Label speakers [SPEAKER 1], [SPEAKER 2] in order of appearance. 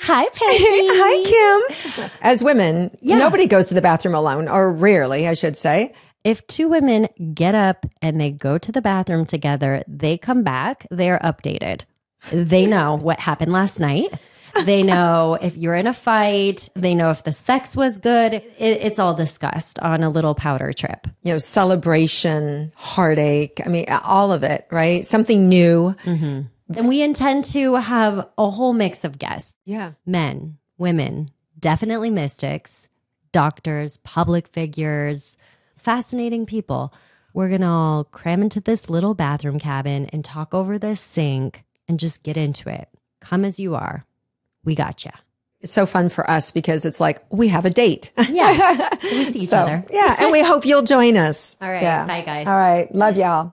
[SPEAKER 1] Hi, Peggy.
[SPEAKER 2] Hi, Kim. As women,
[SPEAKER 1] Yeah.
[SPEAKER 2] nobody goes to the bathroom alone, or rarely, I should say.
[SPEAKER 1] If two women get up and they go to the bathroom together, they come back, they're updated. They know what happened last night. They know if you're in a fight, they know if the sex was good. It, it's all discussed on a little powder trip.
[SPEAKER 2] You know, celebration, heartache. I mean, all of it, right? Something new.
[SPEAKER 1] Mm-hmm. And we intend to have a whole mix of guests
[SPEAKER 2] Yeah.
[SPEAKER 1] men, women, definitely mystics, doctors, public figures, fascinating people. We're going to all cram into this little bathroom cabin and talk over this sink and just get into it. Come as you are. We got you.
[SPEAKER 2] It's so fun for us because it's like we have a date.
[SPEAKER 1] Yeah. we see each
[SPEAKER 2] So,
[SPEAKER 1] other.
[SPEAKER 2] yeah. And we hope you'll join us.
[SPEAKER 1] All right.
[SPEAKER 2] Yeah.
[SPEAKER 1] Bye, guys.
[SPEAKER 2] All right. Love y'all.